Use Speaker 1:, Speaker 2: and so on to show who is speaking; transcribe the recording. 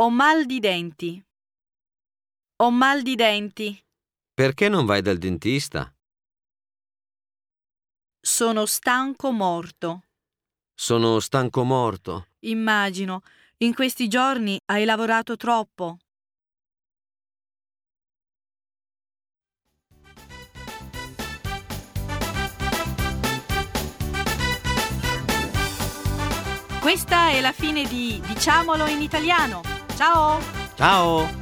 Speaker 1: Ho mal di denti. Ho mal di denti.
Speaker 2: Perché non vai dal dentista?
Speaker 1: Sono stanco morto.
Speaker 2: Sono stanco morto.
Speaker 1: Immagino, in questi giorni hai lavorato troppo. Questa è la fine di Diciamolo in italiano. Ciao!
Speaker 2: Ciao!